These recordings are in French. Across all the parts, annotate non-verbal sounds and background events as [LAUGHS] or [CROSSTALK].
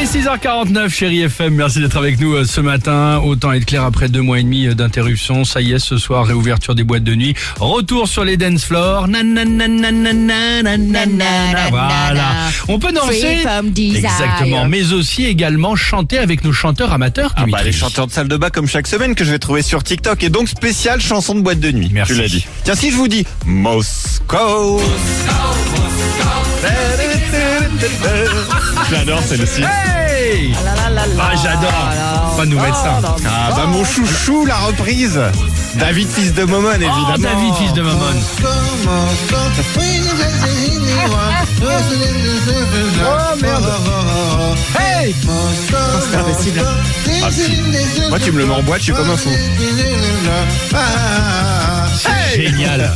6h49, chérie FM, merci d'être avec nous euh, ce matin. Autant être clair après deux mois et demi euh, d'interruption. Ça y est, ce soir, réouverture des boîtes de nuit. Retour sur les dance floors. Nanana, nanana, nanana. Voilà. On peut danser. Free from desire. Exactement. Mais aussi également chanter avec nos chanteurs amateurs. Ah bah Dimitri. les chanteurs de salle de bain comme chaque semaine que je vais trouver sur TikTok et donc spécial chanson de boîte de nuit. Merci. Tu l'as dit. Tiens si je vous dis Moscow. [LAUGHS] J'adore celle-ci. Hey Ah, Oh, j'adore. Pas de nouvelle ça. Ah bah mon chouchou la reprise. David fils de Momon évidemment. Oh, David, fils de Mammon. Oh, Hey C'est pas possible. Ah, si. Moi tu me le mets en boîte, je suis comme un fou. Génial.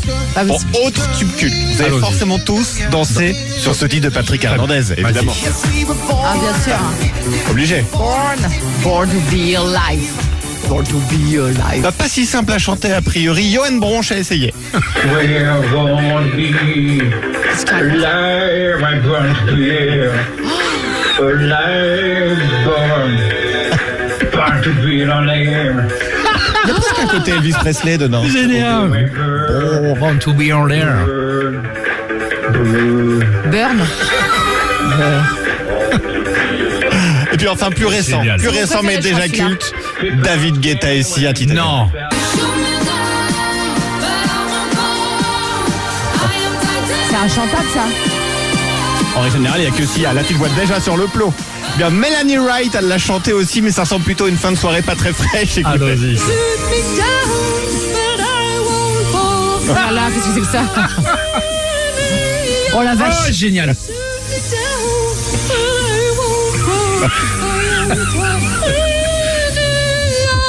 Bon, autre tube culte. Vous avez Allons-y. forcément tous dansé sur ce titre de Patrick Hernandez, évidemment. Ah, bien sûr. Obligé. Born. Born to be alive. Born to be alive. Bah, pas si simple à chanter a priori. Johan Bronch a essayé. Where won't be alive, I won't be alive, born, born to be alive. Il y a presque un côté Elvis Presley dedans. Génial. Oh, want to be on there. Burn. Et puis enfin plus récent, Génial. plus Vous récent mais préférez déjà celui-là culte. David Guetta et Sia Titanic. Non. C'est inchantable, ça. En général, il n'y a que Sia. Là, tu le vois déjà sur le plot. Bien, Melanie Wright, elle l'a chanté aussi, mais ça ressemble plutôt à une fin de soirée pas très fraîche. Écoutez. Allons-y. Ah là, qu'est-ce que c'est que ça Oh la vache. Oh, génial.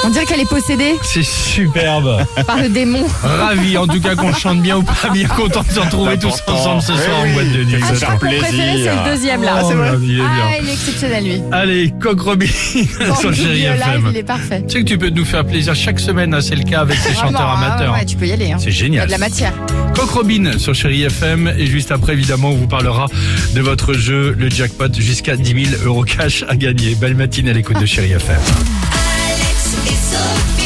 On dirait qu'elle est possédée C'est superbe. par le démon. Ravi, en tout cas, qu'on chante bien ou pas bien, content de se retrouver tous L'important. ensemble ce Eh soir oui. en boîte de nuit. Ah, Exactement. ça. Mon préféré, c'est Plaisir. le deuxième, là. c'est vrai Oh, il est bien. Ah, il est exceptionnel, lui. Allez, Coq Robin Born [LAUGHS] sur to Chéri be alive, FM. il est parfait. Tu sais que tu peux nous faire plaisir chaque semaine, hein, c'est le cas avec ces chanteurs Vraiment, hein, amateurs. ouais, tu peux y aller. hein. C'est Il y génial. a de la matière. Coq Robin sur Chéri FM. Et juste après, évidemment, on vous parlera de votre jeu, le jackpot, jusqu'à 10 000 euros cash à gagner. Belle matinée à l'écoute de Chéri FM. Alex et Sophie.